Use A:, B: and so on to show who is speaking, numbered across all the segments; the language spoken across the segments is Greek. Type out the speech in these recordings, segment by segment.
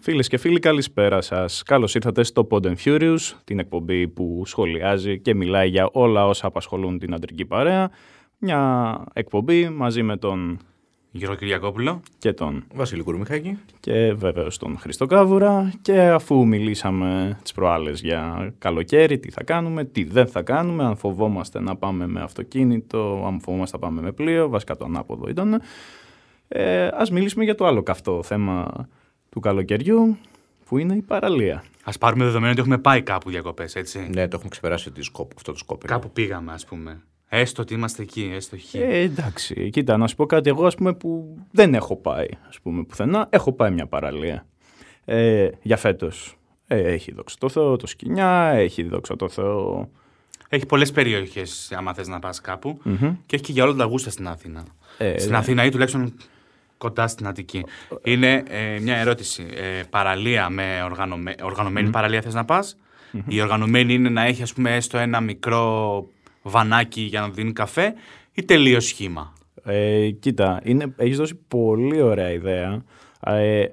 A: Φίλες και φίλοι, καλησπέρα σας. Καλώς ήρθατε στο Pod and Furious, την εκπομπή που σχολιάζει και μιλάει για όλα όσα απασχολούν την αντρική παρέα. Μια εκπομπή μαζί με τον
B: Γιώργο Κυριακόπουλο.
A: και τον
B: Βασίλη Κουρμιχάκη.
A: και βέβαιως τον Χριστοκάβουρα και αφού μιλήσαμε τις προάλλες για καλοκαίρι, τι θα κάνουμε, τι δεν θα κάνουμε, αν φοβόμαστε να πάμε με αυτοκίνητο, αν φοβόμαστε να πάμε με πλοίο, βασικά το ανάποδο ήταν. Ε, ας μιλήσουμε για το άλλο καυτό θέμα του καλοκαιριού που είναι η παραλία.
B: Ας πάρουμε δεδομένο ότι έχουμε πάει κάπου διακοπές, έτσι.
C: Ναι, το έχουμε ξεπεράσει τη σκόπ, αυτό το σκόπελο.
B: Κάπου πήγαμε, ας πούμε. Έστω ότι είμαστε εκεί, έστω χ.
A: Ε, εντάξει, κοίτα, να σου πω κάτι εγώ, ας πούμε, που δεν έχω πάει, ας πούμε, πουθενά. Έχω πάει μια παραλία ε, για φέτος. Ε, έχει δόξα το Θεό το Σκοινιά, έχει δόξα το Θεό...
B: Έχει πολλές περιοχές, άμα θες να πας κάπου. Και έχει και για όλα τα γούστα στην Αθήνα.
A: Ε,
B: στην
A: ναι.
B: Αθήνα ή τουλάχιστον κοντά στην Αττική. Είναι ε, μια ερώτηση. Ε, παραλία με οργανωμέ... οργανωμένη παραλία θες να πας. Η οργανωμένη είναι να έχει, ας πούμε, έστω ένα μικρό βανάκι για να δίνει καφέ ή τελείως σχήμα.
A: Ε, κοίτα, είναι, έχεις δώσει πολύ ωραία ιδέα. Ε,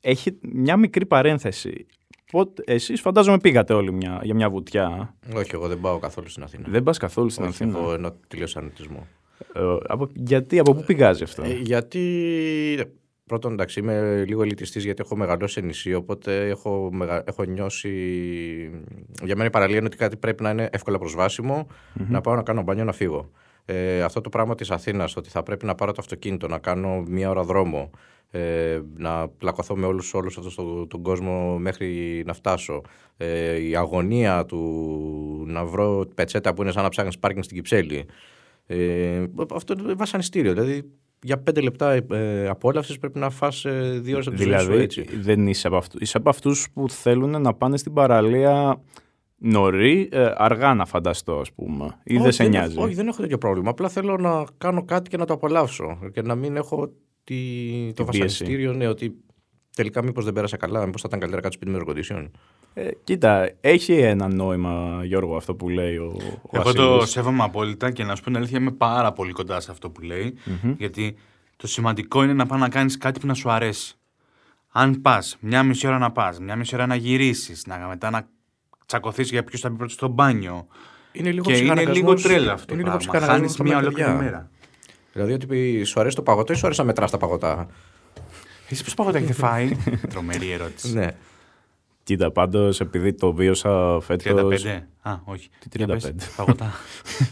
A: έχει μια μικρή παρένθεση. Πότε, εσείς φαντάζομαι πήγατε όλοι μια, για μια βουτιά.
C: Όχι, εγώ δεν πάω καθόλου στην Αθήνα.
A: Δεν πας καθόλου στην
C: Όχι,
A: Αθήνα.
C: Εγώ ενώ τελείωσα ανωτισμό.
A: Ε, από, γιατί, από πού πηγάζει αυτό.
C: Ε, γιατί. Πρώτον, εντάξει, είμαι λίγο ελιτιστής γιατί έχω μεγαλώσει σε νησί, οπότε έχω, μεγα- έχω νιώσει. Για μένα η παραλία είναι ότι κάτι πρέπει να είναι εύκολα προσβάσιμο, να πάω να κάνω μπάνιο να φύγω. Ε, αυτό το πράγμα της Αθήνας, ότι θα πρέπει να πάρω το αυτοκίνητο, να κάνω μία ώρα δρόμο, ε, να πλακωθώ με όλους, όλους αυτούς τον, τον κόσμο μέχρι να φτάσω. Ε, η αγωνία του να βρω πετσέτα που είναι σαν να ψάχνεις πάρκινγκ στην Κυψέλη. Ε, αυτό είναι βασανιστήριο. Δηλαδή για πέντε λεπτά ε, απόλαυσης πρέπει να φας ε, δύο ώρες από τη ζωή σου,
A: Δηλαδή,
C: έτσι.
A: δεν είσαι από αυτού. Είσαι από αυτούς που θέλουν να πάνε στην παραλία νωρί, ε, αργά να φανταστώ, ας πούμε. Ή δεν
C: Όχι,
A: σε
C: δεν-
A: νοιάζει.
C: Όχι, δεν έχω τέτοιο πρόβλημα. Απλά θέλω να κάνω κάτι και να το απολαύσω και να μην έχω τη,
A: πίεση.
C: το βασανιστήριο, ναι, ότι τελικά μήπως δεν πέρασα καλά, μήπως θα ήταν καλύτερα κάτι σπίτι με εργοδοτήσεων.
A: Ε, κοίτα, έχει ένα νόημα, Γιώργο, αυτό που λέει ο, ο
B: Εγώ το
A: Βασίλης.
B: σέβομαι απόλυτα και να σου πω την αλήθεια είμαι πάρα πολύ κοντά σε αυτό που λεει Γιατί το σημαντικό είναι να πας να κάνεις κάτι που να σου αρέσει. Αν πας μια μισή ώρα να πας, μια μισή ώρα να γυρίσεις, να, μετά να τσακωθείς για ποιος θα μπει πρώτος στο μπάνιο.
C: Είναι λίγο
B: και είναι
C: ψυχαναγκασμός-
B: λίγο τρέλα αυτό
C: είναι
B: το πράγμα.
C: λίγο ψυχαναγκασμός
B: Χάνεις
C: στα
B: μια
C: παιδιά.
B: ολόκληρη μέρα.
C: Δηλαδή ότι σου αρέσει το παγωτό ή σου αρέσει να μετράς τα παγωτά.
B: Εσύ πώς παγωτά έχετε φάει. Τρομερή ερώτηση.
C: ναι.
A: Κοίτα, πάντως, επειδή το βίωσα φέτος.
B: 35. Α, όχι.
A: Τι 35.
B: Για πες, Παγωτά.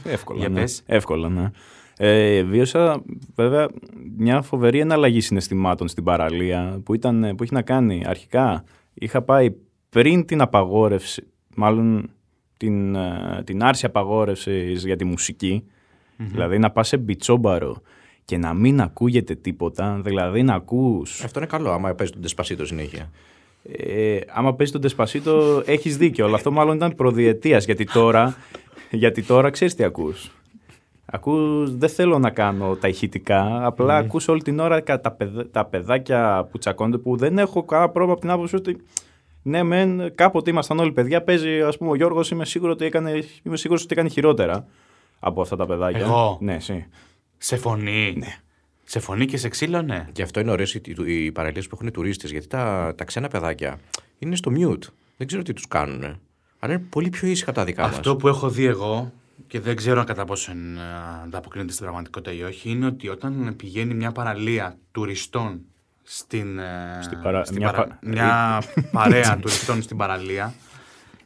A: Εύκολα.
B: Για
A: ναι.
B: πες.
A: Εύκολα, ναι. Ε, βίωσα βέβαια μια φοβερή εναλλαγή συναισθημάτων στην παραλία που, ήταν, ε, που έχει να κάνει αρχικά. Είχα πάει πριν την απαγόρευση, μάλλον την, ε, την άρση απαγόρευσης για τη μουσικη Δηλαδή να πας σε μπιτσόμπαρο και να μην ακούγεται τίποτα, δηλαδή να ακούς
C: Αυτό είναι καλό άμα παίζει τον τεσπασίτο συνέχεια.
A: ε, άμα παίζει τον Τεσπασίτο, έχεις δίκιο. Αλλά αυτό μάλλον ήταν προδιετίας. Γιατί τώρα, γιατί τώρα ξέρεις τι ακούς. Ακούς, δεν θέλω να κάνω τα ηχητικά, απλά
B: Ναι.
A: ακούς όλη την ώρα κα- τα, παιδ- τα παιδάκια που τσακώνται που δεν έχω κανένα πρόβλημα από την άποψη ότι ναι μεν κάποτε ήμασταν όλοι παιδιά, παίζει ας πούμε ο Γιώργος είμαι σίγουρο ότι έκανε, είμαι σίγουρος ότι έκανε χειρότερα από αυτά τα παιδάκια.
B: Εγώ.
A: Ναι, εσύ.
B: σε φωνή. Σε φωνή και σε ξύλο, ναι.
C: Γι' αυτό είναι ωραίες οι, οι παραλίες που έχουν τουρίστες, γιατί τα, τα ξένα παιδάκια είναι στο mute. Δεν ξέρω τι τους κάνουν. Αλλά είναι πολύ πιο ήσυχα από τα δικά μα.
B: Αυτό που έχω δει εγώ και δεν ξέρω κατά πόσο ε, ανταποκρίνεται στην πραγματικότητα ή όχι, είναι ότι όταν πηγαίνει μια παραλία τουριστών στην, ε,
A: Στην παρα-
B: στην
A: μια
B: παρα-
A: πα- Ε,
B: μια παρέα τουριστών στην παραλία,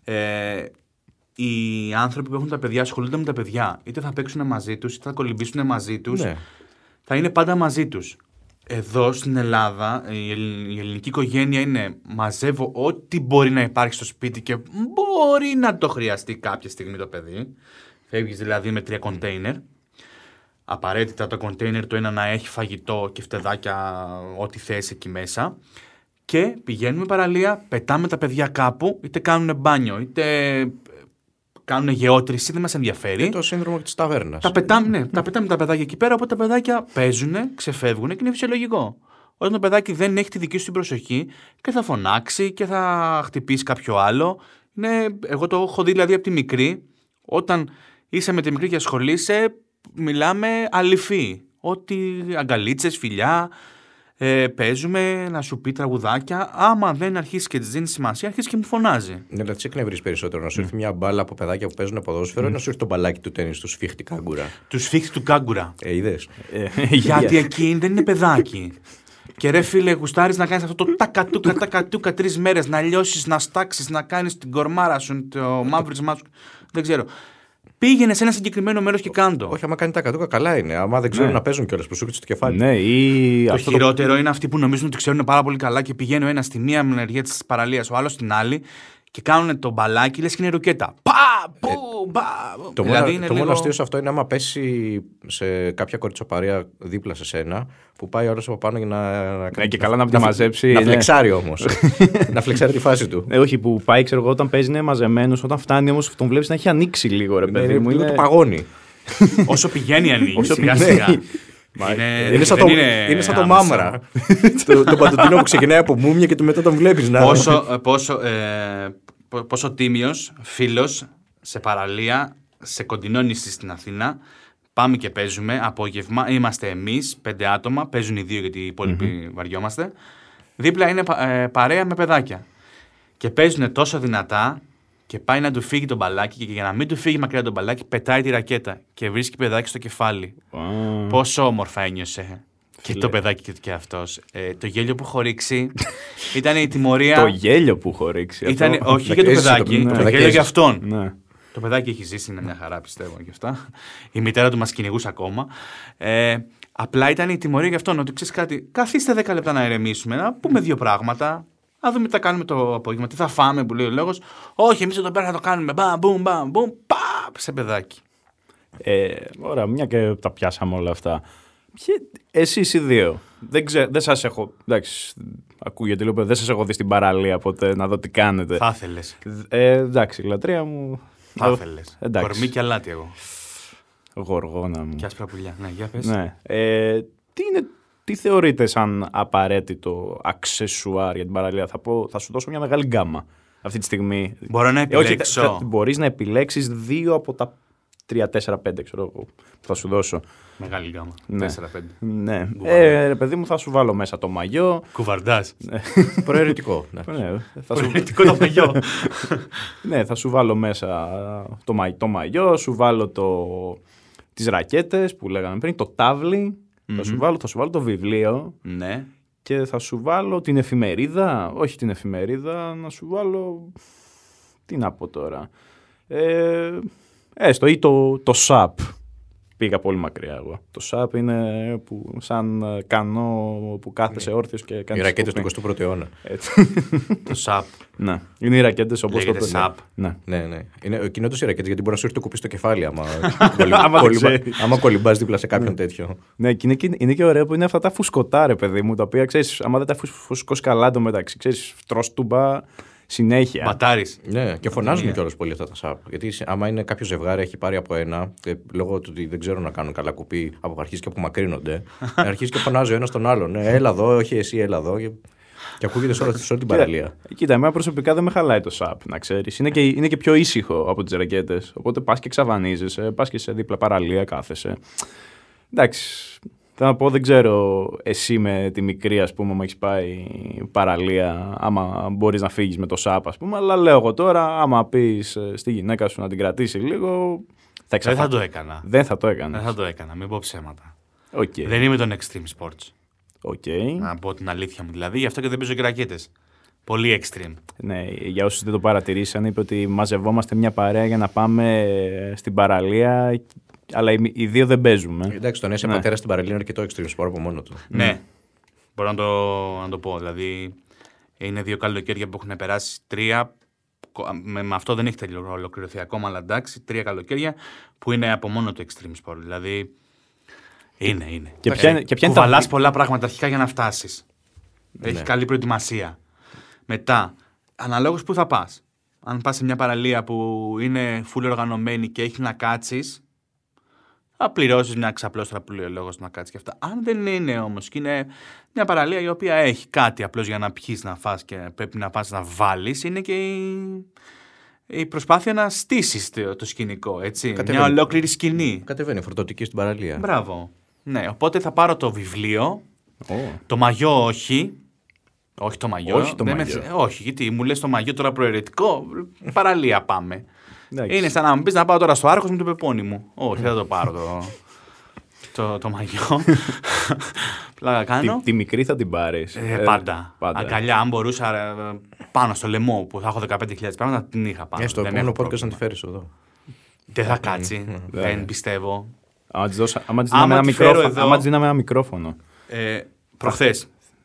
B: ε, οι άνθρωποι που έχουν τα παιδιά ασχολούνται με τα παιδιά. Είτε θα παίξουν μαζί τους, είτε θα κολυμπήσουν μαζί τους.
C: Ναι.
B: Θα είναι πάντα μαζί τους. Εδώ στην Ελλάδα η ελλην- η ελληνική οικογένεια είναι μαζεύω ό,τι μπορεί να υπάρχει στο σπίτι και μπορεί να το χρειαστεί κάποια στιγμή το παιδί. Φεύγεις δηλαδή με τρία κοντέινερ. Απαραίτητα το κοντέινερ το ένα να έχει φαγητό και φτεδάκια ό,τι θες εκεί μέσα. Και πηγαίνουμε παραλία, πετάμε τα παιδιά κάπου, είτε κάνουν μπάνιο, είτε ε, κάνουν γεώτρηση, δεν μας ενδιαφέρει.
C: Το σύνδρομο της ταβέρνας.
B: Τα πετάμε, ναι, τα πετάμε τα παιδάκια εκεί πέρα, οπότε τα παιδάκια παίζουν, ξεφεύγουν και είναι φυσιολογικό. Όταν το παιδάκι δεν έχει τη δική σου την προσοχή και θα φωνάξει και θα χτυπήσει κάποιο άλλο. Είναι, εγώ το έχω δει δηλαδή από τη μικρή. Όταν είσαι με τη μικρή και ασχολείσαι, μιλάμε αληφή. Ότι αγκαλίτσες, φιλιά. Ε, παίζουμε να σου πει τραγουδάκια. Άμα δεν αρχίσεις και της δίνεις σημασία, αρχίζει και μου φωνάζει.
C: Ναι, δηλαδή, τι εκνευρίζει περισσότερο, να
B: Ναι.
C: σου έρθει μια μπάλα από παιδάκια που παίζουν ποδόσφαιρο ή να σου έρθει το μπαλάκι του τέννη, του σφίχτη κάγκουρα.
B: Του σφίχτη του κάγκουρα.
C: Ε, είδες.
B: Ναι. Γιατί εκεί δεν είναι παιδάκι. Και ρε φίλε, γουστάρεις να κάνεις αυτό το τακατούκα, τακατούκα τρεις μέρες, να λιώσεις, να στάξεις, να κάνεις την κορμάρα σου, το μαύρισμα σου. Δεν ξέρω. Πήγαινε σε ένα συγκεκριμένο μέρος και κάντο.
C: Όχι, άμα κάνει τα κατούκα, καλά είναι. Άμα δεν ξέρουν
A: Ναι.
C: να παίζουν κιόλας που σου έρχεται στο κεφάλι.
A: ναι, ή
B: Το
A: αυτό
B: χειρότερο είναι αυτοί που νομίζουν ότι ξέρουν πάρα πολύ καλά και πηγαίνουν ο ένα στη μία μενεργία της παραλίας, ο άλλος στην άλλη και κάνουν το μπαλάκι, λες και είναι ροκέτα. Πα! Πού! Πα!
C: Το,
A: Δηλαδή
C: μόνο, το μόνο αστείο σε αυτό είναι άμα πέσει σε κάποια κοριτσοπαρία δίπλα σε σένα που πάει όλο από πάνω για να. να
A: Ναι, και καλά να τα μαζέψει,
C: Να
A: ναι.
C: φλεξάρει όμως. να φλεξάρει τη φάση του.
A: Ε, όχι, που πάει, ξέρω εγώ, όταν παίζει είναι μαζεμένος. Όταν φτάνει όμως, τον βλέπεις να έχει ανοίξει λίγο,
B: Ναι,
A: ρε Ναι, παιδί μου.
C: λίγο το παγώνει.
B: Όσο πηγαίνει ανοίγει.
C: Όσο
B: σιγά
C: πηγαίνει.
B: σιγά.
A: Μα,
C: Είναι σαν,
B: δεν
C: το, είναι σαν το
B: άμεσα.
C: μάμρα. το, το παντοτίνο που ξεκινάει από μούμια και του μετά τον βλέπεις να.
B: Πόσο, ε, πόσο, ε, πο- πόσο τίμιος φίλος σε παραλία, σε κοντινό νησί στην Αθήνα. Πάμε και παίζουμε απόγευμα. Είμαστε εμείς, πέντε άτομα. Παίζουν οι δύο γιατί οι υπόλοιποι βαριόμαστε. Δίπλα είναι πα- ε, παρέα με παιδάκια. Και παίζουν τόσο δυνατά και πάει να του φύγει το μπαλάκι. Και για να μην του φύγει μακριά το μπαλάκι, πετάει τη ρακέτα και βρίσκει παιδάκι στο κεφάλι.
A: Α,
B: Πόσο όμορφα ένιωσε. Και το παιδάκι και- και αυτός. το γέλιο που έχω ρίξει ήταν η τιμωρία.
A: Το γέλιο που έχω ρίξει. αυτό.
B: Ήταν, όχι για το
C: έζησε το-
B: παιδάκι,
C: ναι,
B: το,
C: το
B: γέλιο
C: παιδάκι
B: για αυτόν.
A: Ναι.
B: Το παιδάκι έχει ζήσει, είναι μια χαρά πιστεύω και αυτά. Η μητέρα του μας κυνηγούσε ακόμα. Ε, απλά ήταν η τιμωρία για αυτόν ότι ξέρεις κάτι, καθίστε 10 λεπτά να ηρεμήσουμε, να πούμε δύο πράγματα. Να δούμε τι θα κάνουμε το απόγευμα, τι θα φάμε που λέει ο λόγος. Όχι, εμείς εδώ πέρα θα το κάνουμε. Μπαμ, μπουμ, μπαμ, μπουμ, παπ, σε παιδάκι.
A: Ε, ωραία, μια και τα πιάσαμε όλα αυτά. Ποιοι, εσείς οι δύο. Δεν, ξέ, δεν σας έχω... Εντάξει, ακούγεται λίγο, δεν σας έχω δει στην παραλία ποτέ να δω τι κάνετε.
B: Θα ήθελε.
A: Ε, εντάξει, η λατρεία μου... Ε,
B: Θα ήθελε.
A: Εντάξει.
B: Κορμί και αλάτι εγώ.
A: Γοργόνα μου.
B: Και άσπρα πουλιά. Ναι, για πες.
A: Ναι. Ε, τι, είναι, τι θεωρείτε σαν απαραίτητο αξεσουάρ για την παραλία. Θα, πω, θα σου δώσω μια μεγάλη γκάμα αυτή τη στιγμή.
B: Μπορώ να
A: Ε, όχι,
B: επιλέξω.
A: θα- θα- μπορείς να επιλέξεις δύο από τα τρία, τέσσερα, πέντε, ξέρω εγώ, που θα σου δώσω.
B: Μεγάλη γκάμα.
A: Ναι.
B: 4-5.
A: Ναι. Ε, ρε παιδί μου, θα σου βάλω μέσα το μαγιό.
B: Κουβαρντάς.
C: Προαιρετικό. ναι.
A: Ναι, θα σου,
B: Προαιρετικό το μαγιό.
A: ναι, θα σου βάλω μέσα το, μα, το μαγιό, σου βάλω το, τις ρακέτες που λέγαμε πριν, το ταβλι θα, σου βάλω, θα σου βάλω το βιβλίο
B: ναι.
A: και θα σου βάλω την εφημερίδα, όχι την εφημερίδα, να σου βάλω, τι να πω τώρα, ε, έστω ή το, το SAP. Πήγα πολύ μακριά εγώ. Το SAP είναι που, σαν ε, κανό που κάθεσαι όρθιος και
C: Οι
A: κάνεις...
C: ρακέτε
A: σκοπή.
C: του 21ου αιώνα.
A: Έτσι.
B: Το σαπ.
A: Ναι. Είναι οι ρακέτες όπως το
B: Λέγεται
A: παιδί.
B: σαπ.
A: Ναι.
C: Ναι, ναι. Είναι κοινότο οι ρακέτες γιατί μπορεί να σου έρθει το κουπί στο κεφάλι άμα,
A: Άμα δεν
C: κολυμπά,
A: ξέρεις.
C: άμα κολυμπάς δίπλα σε κάποιον τέτοιο.
A: ναι και είναι, και είναι και ωραίο που είναι αυτά τα φουσκωτά, ρε παιδί μου, τα οποία ξέρεις, άμα δεν τα φουσ- φουσκώσει καλά το μεταξύ, ξέρεις, τρωστούμπα συνέχεια.
B: Μπατάρι.
C: Ναι, και φωνάζουν κιόλας πολύ αυτά τα σαπ. Γιατί σε- άμα είναι κάποιο ζευγάρι, έχει πάρει από ένα, και λόγω του ότι δεν ξέρουν να κάνουν καλά κουπί, από αρχίζει και απομακρύνονται. αρχίζει και φωνάζει ο ένας τον άλλον. Ναι, έλα εδώ, όχι εσύ, έλα εδώ. Και, και ακούγεται σε όλη, σε όλη την
A: Κοίτα-
C: παραλία.
A: Κοίτα, εμένα προσωπικά δεν με χαλάει το σαπ, να ξέρεις. Είναι, και, είναι και πιο ήσυχο από τις ρακέτες. Οπότε πας και ξαβανίζεσαι, πας και σε δίπλα παραλία κάθεσαι. Εντάξει. Θέλω να πω, δεν ξέρω εσύ με τη μικρή, ας πούμε, άμα έχεις πάει παραλία, άμα μπορείς να φύγεις με το σαπ, ας πούμε. Αλλά λέω εγώ τώρα, άμα πεις στη γυναίκα σου να την κρατήσει λίγο. Θα
B: Δεν θα
A: εξαφανίσει.
B: το έκανα.
A: Δεν θα το έκανες.
B: Δεν θα το έκανα, μην πω ψέματα.
A: Οκ.
B: Δεν είμαι των extreme sports.
A: Οκ.
B: Να πω την αλήθεια μου δηλαδή, γι' αυτό και δεν παίζω και ρακέτε. Πολύ extreme.
A: Ναι, για όσους δεν το παρατηρήσαν, είπε ότι μαζευόμαστε μια παρέα για να πάμε στην παραλία, αλλά οι, οι δύο δεν παίζουμε.
C: Εντάξει, το να είσαι
A: Ναι.
C: πατέρα στην παραλία είναι αρκετό extreme sport από μόνο του.
B: Ναι. Μπορώ να το, να το πω. Δηλαδή, είναι δύο καλοκαίρια που έχουν περάσει τρία. κο- Με, με αυτό δεν έχει τελειω- ολοκληρωθεί ακόμα, αλλά εντάξει, τρία καλοκαίρια που είναι από μόνο το extreme sport. Δηλαδή, είναι, είναι.
A: Και ποια, είναι- και ποια είναι τα- Ναι.
B: Κουβαλάς πολλά πράγματα αρχικά για να φτάσεις. Έχει καλή προετοιμασία. Μετά, αναλόγως που θα πας. Αν πας σε μια παραλία που είναι full οργανωμένη και έχει να κάτσεις, θα πληρώσεις μια ξαπλώστρα που λέει ο λόγος να κάτσεις και αυτά. Αν δεν είναι όμως και είναι μια παραλία η οποία έχει κάτι απλώς για να πιεις, να φας και πρέπει να πας να βάλεις, είναι και η, η προσπάθεια να στήσεις το, το σκηνικό. Έτσι. Μια
C: Κατεβαίνει.
B: ολόκληρη σκηνή.
C: Κατεβαίνει φορτωτική στην παραλία.
B: Μπράβο. Ναι, οπότε θα πάρω το βιβλίο
A: Ω.
B: Το μαγιό όχι. Όχι το μαγιό.
A: Όχι το
B: Δεν με
A: μαγιό.
B: θυ- ε, όχι, γιατί μου λες το μαγιό τώρα προαιρετικό. Παραλία πάμε.
A: Εντάξει.
B: Είναι σαν να μου πεις να πάω τώρα στο άρχος με τον πεπόνι μου. Όχι, δεν θα το πάρω το, το, το μαγιό. Πλάκα κάνω.
A: Τη, τη μικρή θα την πάρεις.
B: Ε, πάντα. Αγκαλιά, αν μπορούσα ε, πάνω στο λαιμό που θα έχω 15.000 πράγματα, την
A: Ε,
B: είχα πάνω.
C: Έστω,
B: δεν,
C: επόμενο
B: έχω
C: Ε, podcast να τη
B: πρόβλημα.
C: φέρεις εδώ.
B: δεν
A: Ναι,
B: θα κάτσει. δεν
A: βέβαια.
B: πιστεύω.
A: Άμα της δώσα- άμα της
B: Άμα
A: δίναμε ένα
B: της φέρω
A: μικρόφωνο-
B: εδώ-
A: άμα της δίναμε ένα μικρόφωνο.
B: Ε, Προχθές,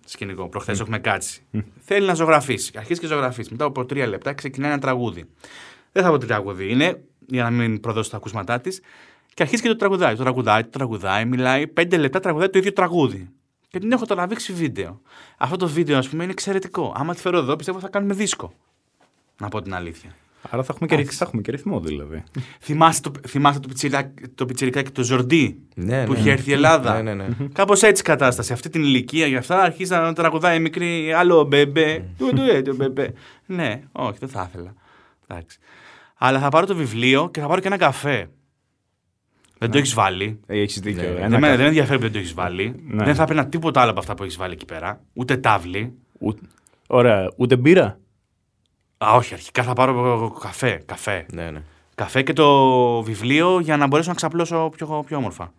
B: σκηνικό, προχθές έχουμε κάτσει. Θέλει να ζωγραφίσει. Αρχίζει και ζωγραφίσει. Μετά από τρία λεπτά ξεκινάει ένα τραγούδι. Δεν θα πω τι τραγούδι είναι, για να μην προδώσει τα ακούσματά της. Και αρχίζει και το τραγουδάει. Το τραγουδάει, το τραγουδάει, μιλάει. Πέντε λεπτά τραγουδάει το ίδιο τραγούδι. Και την έχω τραβήξει βίντεο. Αυτό το βίντεο, ας πούμε, είναι εξαιρετικό. Άμα τη φέρω εδώ, πιστεύω θα κάνουμε δίσκο. Να πω την αλήθεια.
A: Άρα θα έχουμε, και, ρυθ- θα έχουμε και ρυθμό δηλαδή.
B: θυμάστε το, θυμάστε το, πιτσιρικάκι, το πιτσιρικάκι το Ζορντί
C: Ναι,
B: που
C: ναι.
B: είχε έρθει η Ελλάδα.
C: Ναι, ναι, ναι.
B: Κάπως έτσι η κατάσταση. Αυτή την ηλικία γι' αυτά αρχίζει να τραγουδάει η μικρή. Άλλο μπέμπε. Του του ε, του μπέμπε. Ναι, όχι, δεν θα ήθελα. Εντάξει. Αλλά θα πάρω το βιβλίο και θα πάρω και ένα καφέ. Δεν το έχεις βάλει.
A: Έχει Ε, δίκιο.
C: Ναι,
A: Ένα
B: Εμένα
A: κα-
B: δεν με ενδιαφέρει που δεν το έχεις βάλει.
A: Ναι.
B: Δεν θα έπαιρνα τίποτα άλλο από αυτά που έχεις βάλει εκεί πέρα. Ούτε τάβλη.
A: Ούτε- Ωραία, ούτε μπύρα.
B: Α, όχι, αρχικά θα πάρω καφέ. Καφέ.
C: Ναι, ναι.
B: Καφέ και το βιβλίο για να μπορέσω να ξαπλώσω πιο, πιο όμορφα.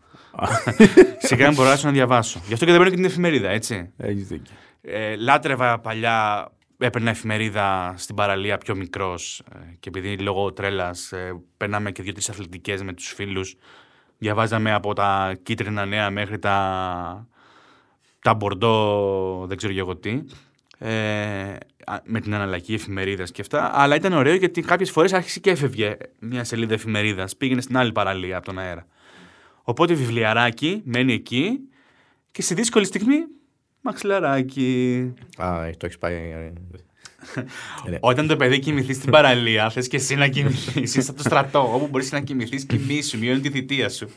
B: Σιγά μην μπορέσω να διαβάσω. Γι' αυτό και δεν παίρνω και την εφημερίδα, έτσι.
A: Έχεις δίκιο.
B: Ε, λάτρευα παλιά, έπαιρνα εφημερίδα στην παραλία πιο μικρός και επειδή λόγω τρέλας ε, παίρναμε και δύο-τρει αθλητικές με τους φίλους. Διαβάζαμε από τα κίτρινα νέα μέχρι τα, τα μπορντό, δεν ξέρω και εγώ τι. Ε, α- με την αναλλαγή εφημερίδας και αυτά. Αλλά ήταν ωραίο γιατί κάποιες φορές άρχισε και έφευγε μια σελίδα εφημερίδας. Πήγαινε στην άλλη παραλία από τον αέρα. Οπότε βιβλιαράκι μένει εκεί και στη δύσκολη στιγμή μαξιλαράκι.
C: Α, ε, το έχεις πάει. ε, Ναι.
B: Όταν το παιδί κοιμηθεί στην παραλία, θε και εσύ να κοιμηθεί. Είσαι από το στρατό. Όπου μπορεί να κοιμηθεί, κοιμήσου. Μειώνει τη θητεία σου.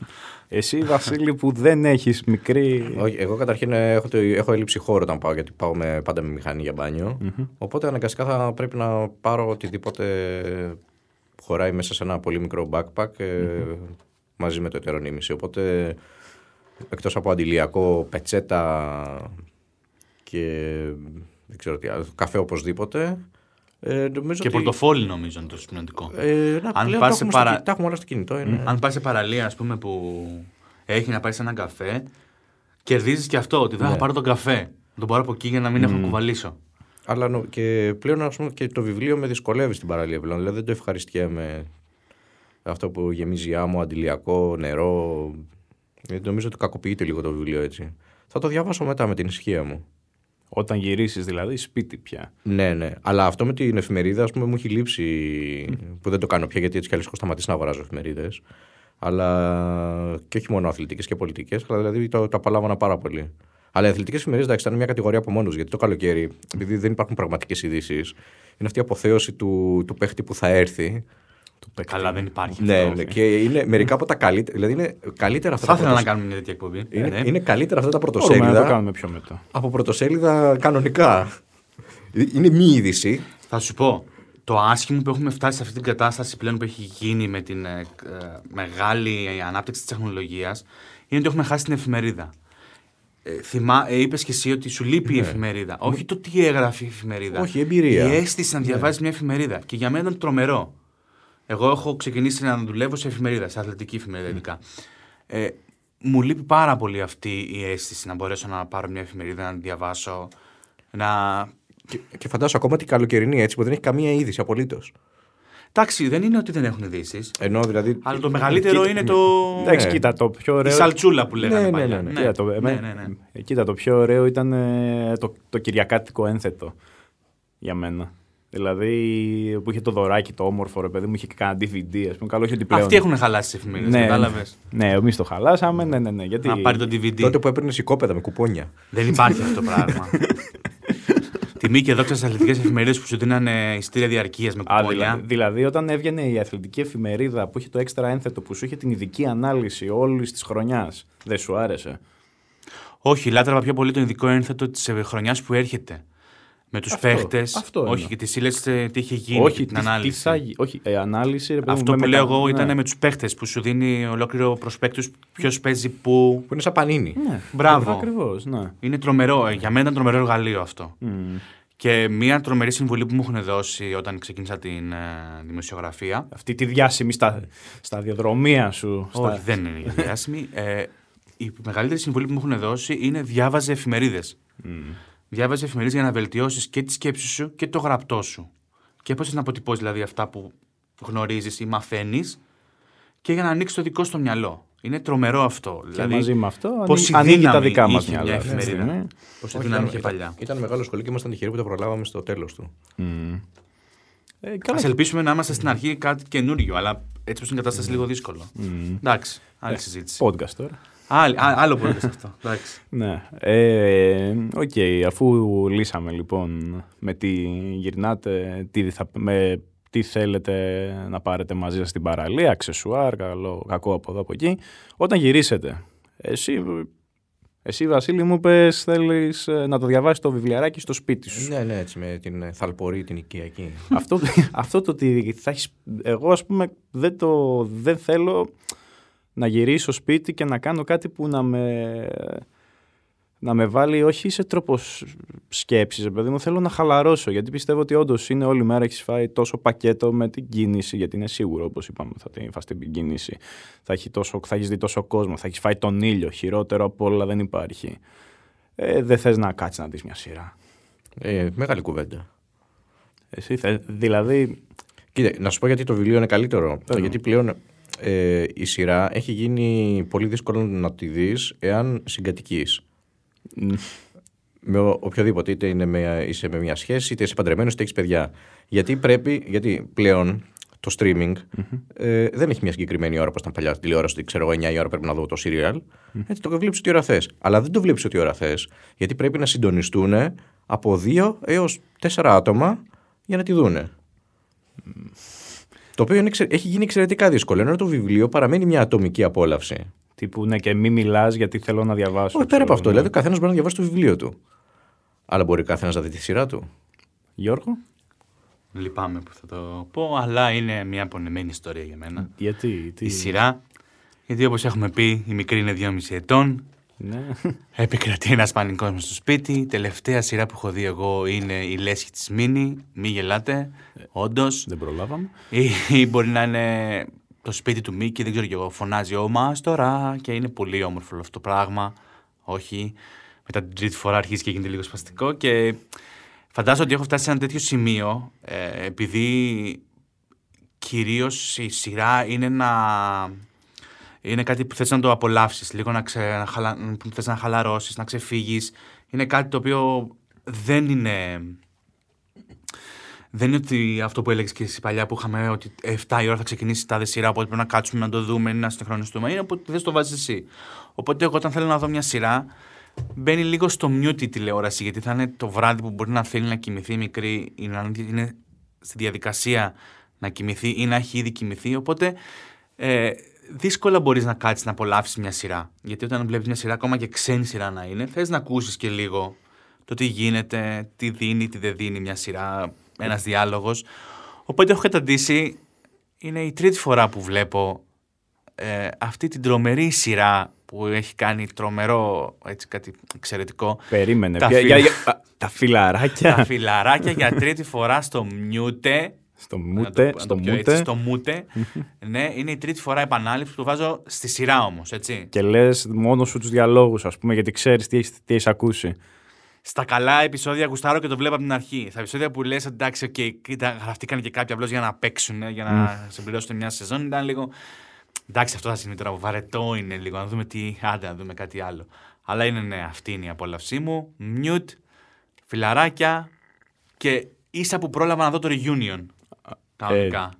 A: Εσύ, Βασίλη, που δεν έχει μικρή.
C: Όχι, εγώ καταρχήν ε, έχω, το- έχω έλλειψη χώρου όταν πάω, γιατί πάω με, πάντα με μηχανή για μπάνιο. Οπότε αναγκαστικά θα πρέπει να πάρω οτιδήποτε χωράει μέσα σε ένα πολύ μικρό backpack ε, μαζί με το ετερονίμηση. Οπότε εκτός από αντιλιακό, πετσέτα και δεν ξέρω τι άλλο, καφέ οπωσδήποτε. Ε, νομίζω
B: και
C: ότι...
B: πορτοφόλι νομίζω είναι το σημαντικό.
C: Ε, να,
B: Αν
C: πλέον
B: πας
C: τα
B: σε
C: έχουμε,
B: παρα-
C: στο, τα έχουμε όλα στο κινητό. Είναι.
B: Αν πας σε παραλία, ας πούμε, που έχει να πάρει έναν καφέ, κερδίζεις και αυτό. Ότι δεν θα πάρω τον καφέ. Θα Τον πάρω από εκεί για να μην έχω κουβαλήσω.
C: Αλλά νο- και πλέον ας πούμε, και το βιβλίο με δυσκολεύει στην παραλία πλέον. Δηλαδή δεν το ευχαριστιέμαι αυτό που γεμίζει άμμο, αντιλιακό, νερό. Γιατί νομίζω ότι κακοποιείται λίγο το βιβλίο έτσι. Θα το διαβάσω μετά με την ισχύα μου.
A: Όταν γυρίσεις δηλαδή σπίτι πια.
C: Ναι, ναι. Αλλά αυτό με την εφημερίδα, ας πούμε, μου έχει λείψει. που δεν το κάνω πια γιατί έτσι κι αλλιώς έχω σταματήσει να αγοράζω εφημερίδες. Αλλά και όχι μόνο αθλητικές και πολιτικές, αλλά δηλαδή το, τα απολάβανα πάρα πολύ. Αλλά οι αθλητικές εφημερίδες, εντάξει, ήταν μια κατηγορία από μόνο γιατί το καλοκαίρι, επειδή δεν υπάρχουν πραγματικές ειδήσεις, είναι αυτή η αποθέωση του, του παίχτη που θα έρθει.
B: Καλά, δεν υπάρχει.
C: Ναι,
B: αυτό.
C: ναι, και είναι μερικά από τα καλύτερα. Δηλαδή είναι καλύτερα αυτά
B: Θα
C: τα
B: ήθελα να
C: πρωτοσέλιδα.
B: κάνουμε μια τέτοια εκπομπή.
C: Είναι,
B: Ναι.
C: είναι καλύτερα αυτά τα
A: Μπορούμε να το
C: πρωτοσέλιδα
A: κάνουμε πιο μετά.
C: από πρωτοσέλιδα κανονικά. Ε, Είναι μη είδηση,
B: Θα σου πω, το άσχημο που έχουμε φτάσει σε αυτή την κατάσταση πλέον που έχει γίνει με την ε, ε, μεγάλη ανάπτυξη της τεχνολογίας είναι ότι έχουμε χάσει την εφημερίδα. Ε, θυμά, ε, είπες και εσύ ότι σου λείπει η εφημερίδα. Όχι το τι έγραφε η εφημερίδα.
C: Ναι. Όχι, η εμπειρία. Ναι.
B: Η αίσθηση να διαβάζεις μια εφημερίδα. Και για μένα ήταν τρομερό. Εγώ έχω ξεκινήσει να δουλεύω σε εφημερίδα, σε αθλητική
C: Ναι.
B: εφημερίδα ειδικά. Ε, μου λείπει πάρα πολύ αυτή η αίσθηση να μπορέσω να πάρω μια εφημερίδα, να τη διαβάσω, να
C: Και, και φαντάσου ακόμα την καλοκαιρινή έτσι που δεν έχει καμία είδηση απολύτως.
B: Εντάξει, δεν είναι ότι δεν έχουν ειδήσεις.
C: Ενώ δηλαδή.
B: Αλλά το μεγαλύτερο είναι το.
A: Εντάξει,
C: Ναι.
A: κοίτα το πιο
B: Η
A: ωραίο.
B: σαλτσούλα που λέγανε
C: Ναι, ναι,
B: παλιά.
C: ναι, ναι.
A: Κοίτα, το, εμέ-
B: ναι, ναι, ναι.
A: ε, κοίτα, το πιο ωραίο ήταν ε, το, το κυριακάτικο ένθετο για μένα. Δηλαδή που είχε το δωράκι το όμορφο ρε παιδί μου, είχε και κανένα DVD. Ας πούμε. Καλό είχε ότι πλέον.
B: Αυτοί έχουν χαλάσει τις εφημερίδες,
A: ναι,
B: κατάλαβες.
A: ναι, εμείς το χαλάσαμε. Ναι, ναι, ναι. Γιατί...
B: Να πάρει το DVD.
C: Τότε που έπαιρνε οικόπεδα με κουπόνια.
B: Δεν υπάρχει αυτό το πράγμα. Τιμή και δόξα στις αθλητικές εφημερίδες που σου δίνανε ιστήρια διαρκείας με
A: Α, δηλαδή,
B: κουπόνια.
A: δηλαδή, όταν έβγαινε η αθλητική εφημερίδα που είχε το έξτρα ένθετο που σου είχε την ειδική ανάλυση όλης της χρονιάς, δεν σου άρεσε.
B: Όχι, λάτρευα πιο πολύ το ειδικό ένθετο της χρονιάς που έρχεται. με τους
A: Αυτό,
B: παίχτες.
A: αυτό
B: Όχι,
A: είναι.
B: και τις σύλλε τι είχε γίνει. και
A: όχι,
B: την
A: τις, τι
B: ανάλυση.
A: θα γι- όχι, ε, ανάλυση. Ρε, παιδί μου,
B: Αυτό
A: με
B: που λέω
A: μετα-
B: εγώ
A: ναι.
B: ήταν με τους παίχτες που σου δίνει ολόκληρο προσπέκτους ποιος παίζει πού.
C: Που είναι σαν πανίνι.
A: Ναι,
B: Μπράβο.
A: Ακριβώς, ναι.
B: Είναι τρομερό. ε, Για μένα ήταν τρομερό εργαλείο αυτό.
A: Μμ.
B: Και μία τρομερή συμβουλή που μου έχουν δώσει όταν ξεκίνησα την ε, δημοσιογραφία.
A: Αυτή τη διάσημη στα, στα διαδρομία σου. στα-
B: Όχι, δεν είναι διάσημη. Ε, η μεγαλύτερη συμβουλή που μου έχουν δώσει είναι διάβαζε εφημερίδες.
A: Mm.
B: Διάβαζε εφημερίδες για να βελτιώσεις και τη σκέψη σου και το γραπτό σου. Και πώς να αποτυπώσεις δηλαδή αυτά που γνωρίζεις ή μαθαίνεις και για να ανοίξεις το δικό σου το μυαλό. Είναι τρομερό αυτό. Δηλαδή,
A: Και μαζί με αυτό
B: πόση
A: ανοί- ανοίγει τα
B: δύναμη
A: δικά μας
B: είχε μια
A: μυαλά. ναι. αυτή τη
B: εφημερίδα.
A: στιγμή.
B: Πώ
C: Όχι,
B: την
C: ήταν-
B: είχε
C: ήταν-
B: παλιά.
C: Ήταν μεγάλο σχολείο και ήμασταν τυχεροί που το προλάβαμε στο τέλος του.
A: Μμ. Ε,
B: Α
A: καλά.
B: ελπίσουμε να είμαστε στην αρχή κάτι καινούριο, αλλά έτσι όπως είναι η κατάσταση λίγο δύσκολο. Εντάξει, άλλη συζήτηση.
A: Podcast τώρα.
B: Άλλη- α- Άλλο που έλεγες αυτό. Εντάξει.
A: Ναι. Ε, Οκ, αφού λύσαμε λοιπόν με τι γυρνάτε, τι, θα, με, τι θέλετε να πάρετε μαζί σας στην παραλία, αξεσουάρ, καλό, κακό από εδώ από εκεί. Όταν γυρίσετε, εσύ, εσύ Βασίλη μου είπες θέλεις ε, να το διαβάσεις το βιβλιαράκι στο σπίτι σου.
C: Ναι, ναι, έτσι με την ε, θαλπορή, την οικιακή.
A: αυτό, αυτό το ότι θα έχεις, εγώ ας πούμε δεν, το, δεν θέλω να γυρίσω σπίτι και να κάνω κάτι που να με, να με βάλει όχι σε τρόπος σ- σκέψης, ρε παιδί μου, θέλω να χαλαρώσω γιατί πιστεύω ότι όντως είναι όλη μέρα έχεις φάει τόσο πακέτο με την κίνηση γιατί είναι σίγουρο όπως είπαμε θα την φας την κίνηση, θα, έχει τόσο, θα έχεις δει τόσο κόσμο, θα έχεις φάει τον ήλιο, χειρότερο από όλα δεν υπάρχει. Ε, δεν θες να κάτσεις να δεις μια σειρά.
C: Ε, μεγάλη κουβέντα.
A: Εσύ θες, δηλαδή
C: Κοίτα, να σου πω γιατί το βιβλίο είναι καλύτερο.
A: Πες μου.
C: Γιατί πλέον ε, η σειρά έχει γίνει πολύ δύσκολο να τη δεις εάν συγκατοικείς. Με ο- οποιοδήποτε, είτε είναι με, είσαι με μια σχέση, είτε είσαι παντρεμένος, είτε έχεις παιδιά. Γιατί πρέπει, γιατί πλέον το streaming ε, δεν έχει μια συγκεκριμένη ώρα όπως ήταν παλιά στην τηλεόραση. ότι Ξέρω εγώ, 9 η ώρα πρέπει να δω το serial. Έτσι, το βλέπεις ό,τι ώρα θες. Αλλά δεν το βλέπεις ό,τι ώρα θες. Γιατί πρέπει να συντονιστούν από 2 έω 4 άτομα για να τη δούνε. Το οποίο είναι εξε- έχει γίνει εξαιρετικά δύσκολο. Ενώ το βιβλίο παραμένει μια ατομική απόλαυση.
A: Τύπου ναι και μη μιλάς γιατί θέλω να διαβάσω.
C: Όχι πέρα
A: ξέρω,
C: από αυτό.
A: ναι.
C: Δηλαδή, ο καθένας μπορεί να διαβάσει το βιβλίο του. Αλλά μπορεί καθένας να δει τη σειρά του.
A: Γιώργο,
B: Λυπάμαι που θα το πω, αλλά είναι μια πονεμένη ιστορία για μένα.
A: γιατί. Τι...
B: Η σειρά, γιατί όπως έχουμε πει, η μικρή είναι 2,5 ετών.
A: Ναι.
B: Επικρατεί ένας πανικός μου στο σπίτι. Η τελευταία σειρά που έχω δει εγώ είναι η Λέσχη της Μίνη. Μη γελάτε, όντως.
A: Δεν προλάβαμε.
B: Ή, ή μπορεί να είναι το σπίτι του Μίκη, δεν ξέρω κι εγώ. Φωνάζει ο Μας τώρα και είναι πολύ όμορφο όλο αυτό το πράγμα. Όχι. Μετά την τρίτη φορά αρχίζει και γίνεται λίγο σπαστικό. Και φαντάζομαι ότι έχω φτάσει σε ένα τέτοιο σημείο, ε, επειδή κυρίως η σειρά είναι ένα. Είναι κάτι που θες να το απολαύσεις, λίγο να, ξε, να, χαλα, που θες να χαλαρώσεις, να ξεφύγεις. Είναι κάτι το οποίο δεν είναι δεν είναι ότι αυτό που έλεγες και εσύ παλιά που είχαμε ότι 7 η ώρα θα ξεκινήσει η τάδε σειρά, οπότε πρέπει να κάτσουμε να το δούμε ή να συγχρονιστούμε. Είναι ότι δεν το βάζεις εσύ. Οπότε εγώ όταν θέλω να δω μια σειρά, μπαίνει λίγο στο μute η τηλεόραση, γιατί θα είναι το βράδυ που μπορεί να θέλει να κοιμηθεί η μικρή ή να είναι στη διαδικασία να κοιμηθεί ή να έχει ήδη κοιμηθεί. Οπότε ε, δύσκολα μπορείς να κάτσεις να απολαύσεις μια σειρά. Γιατί όταν βλέπεις μια σειρά, ακόμα και ξένη σειρά να είναι, θες να ακούσεις και λίγο το τι γίνεται, τι δίνει, τι δεν δίνει μια σειρά, ένας διάλογος. Οπότε έχω καταντήσει, είναι η τρίτη φορά που βλέπω ε, αυτή την τρομερή σειρά που έχει κάνει τρομερό, έτσι κάτι εξαιρετικό.
A: Περίμενε.
B: Τα
A: Ποια-
B: φύλλα.
A: α, τα φιλαράκια.
B: Τα φιλαράκια για τρίτη φορά στο μιούτε.
A: στο
B: Να το-
A: μούτε.
B: να το
A: στο
B: πιω έτσι,
A: μούτε.
B: στο μούτε. ναι, είναι η τρίτη φορά επανάληψη που το βάζω στη σειρά όμως, έτσι.
A: Και λες μόνος σου τους διαλόγους, ας πούμε, γιατί ξέρεις τι έχεις τι έχεις ακούσει.
B: Στα καλά επεισόδια γουστάρω και το βλέπω από την αρχή. Στα επεισόδια που λες, εντάξει, οκ, κοίτα, γραφτήκαν και κάποιοι απλώς για να παίξουν, για να συμπληρώσουν μια σεζόν, ήταν λίγο. Εντάξει, αυτό θα συμβεί τώρα. Βαρετό είναι λίγο. Να δούμε τι. Άντε, να δούμε κάτι άλλο. Αλλά είναι ναι, αυτή είναι η απόλαυσή μου. Μιουτ, φιλαράκια και ίσα που πρόλαβα να δω το reunion. Κανονικά.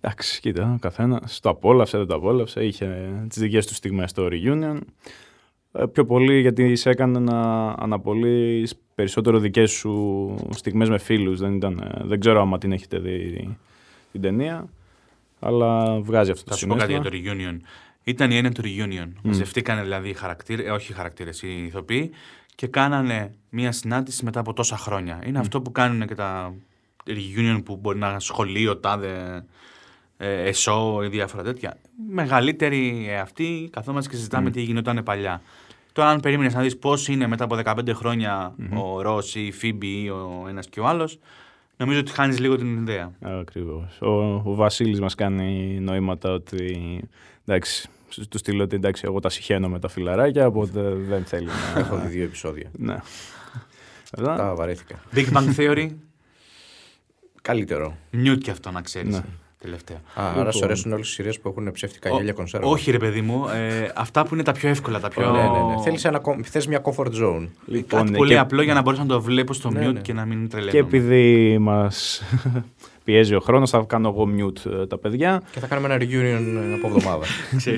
A: Εντάξει, κοίτα, ο καθένα το απόλαυσε, δεν το απόλαυσε. Είχε τις δικές του στιγμές στο reunion. Ε, Πιο πολύ γιατί σε έκανε να αναπολύεις περισσότερο δικές σου στιγμές με φίλους. Δεν, ήταν, ε, δεν ξέρω άμα την έχετε δει την ταινία. Αλλά βγάζει αυτό
B: Θα
A: το
B: σου πω κάτι για
A: συνέστημα.
B: το reunion. ήταν η Enemy Reunion. Μαζευτήκανε δηλαδή οι χαρακτήρε, ε, όχι οι χαρακτήρες, οι ηθοποιοί και κάνανε μία συνάντηση μετά από τόσα χρόνια. Είναι αυτό που κάνουν και τα reunion που μπορεί να είναι σχολείο, τάδε, ε, εσώ ή διάφορα τέτοια. Μεγαλύτερη ε, αυτή, καθόμαστε και συζητάμε τι γινόταν παλιά. Τώρα, αν περίμενες να δεις πώς είναι μετά από 15 χρονια ο Ρος ή η Φίμπη ή ο ένας και ο άλλος, νομίζω ότι χάνεις λίγο την ιδέα.
A: Ακριβώς. Ε, Ο, ο Βασίλης μας κάνει νοήματα ότι. Εντάξει, σ- του στείλω ότι εντάξει, εγώ τα συχαίνω με τα φιλαράκια, οπότε δεν θέλει να.
C: Έχω δει δύο επεισόδια.
A: ναι. Αυτά.
C: Τα βαρέθηκα.
B: Big Bang Theory,
C: Καλύτερο.
B: νιούτ και αυτό να ξέρεις.
A: Ναι.
B: Τελευταίο.
C: Α, άρα σου αρέσουν όλες τι σειρές που έχουν ψεύτικα γέλια
B: Λοιπόν. Ο-
C: Ε, κονσέρβα.
B: Όχι, ρε παιδί μου, ε, αυτά που είναι τα πιο εύκολα, τα πιο.
C: Ναι, ναι, ναι. Θέλεις ένα κο- θες μια comfort zone.
A: Λοιπόν,
B: Κάτι
A: ναι,
B: πολύ
A: και,
B: απλό για να μπορέσω να το βλέπω στο
C: Ναι,
B: mute
C: ναι.
B: και να μην
A: και
B: τρελαίνω.
A: επειδή μας πιέζει ο χρόνος, θα κάνω εγώ mute ε, τα παιδιά.
C: Και θα κάνουμε ένα reunion από εβδομάδα.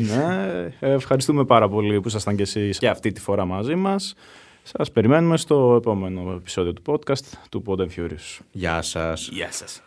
A: Ναι, ε, ευχαριστούμε πάρα πολύ που ήσασταν και εσείς και αυτή τη φορά μαζί μας. Σας περιμένουμε στο επόμενο επεισόδιο του podcast του Pod and Furious.
C: Γεια σας.
B: Γεια σας.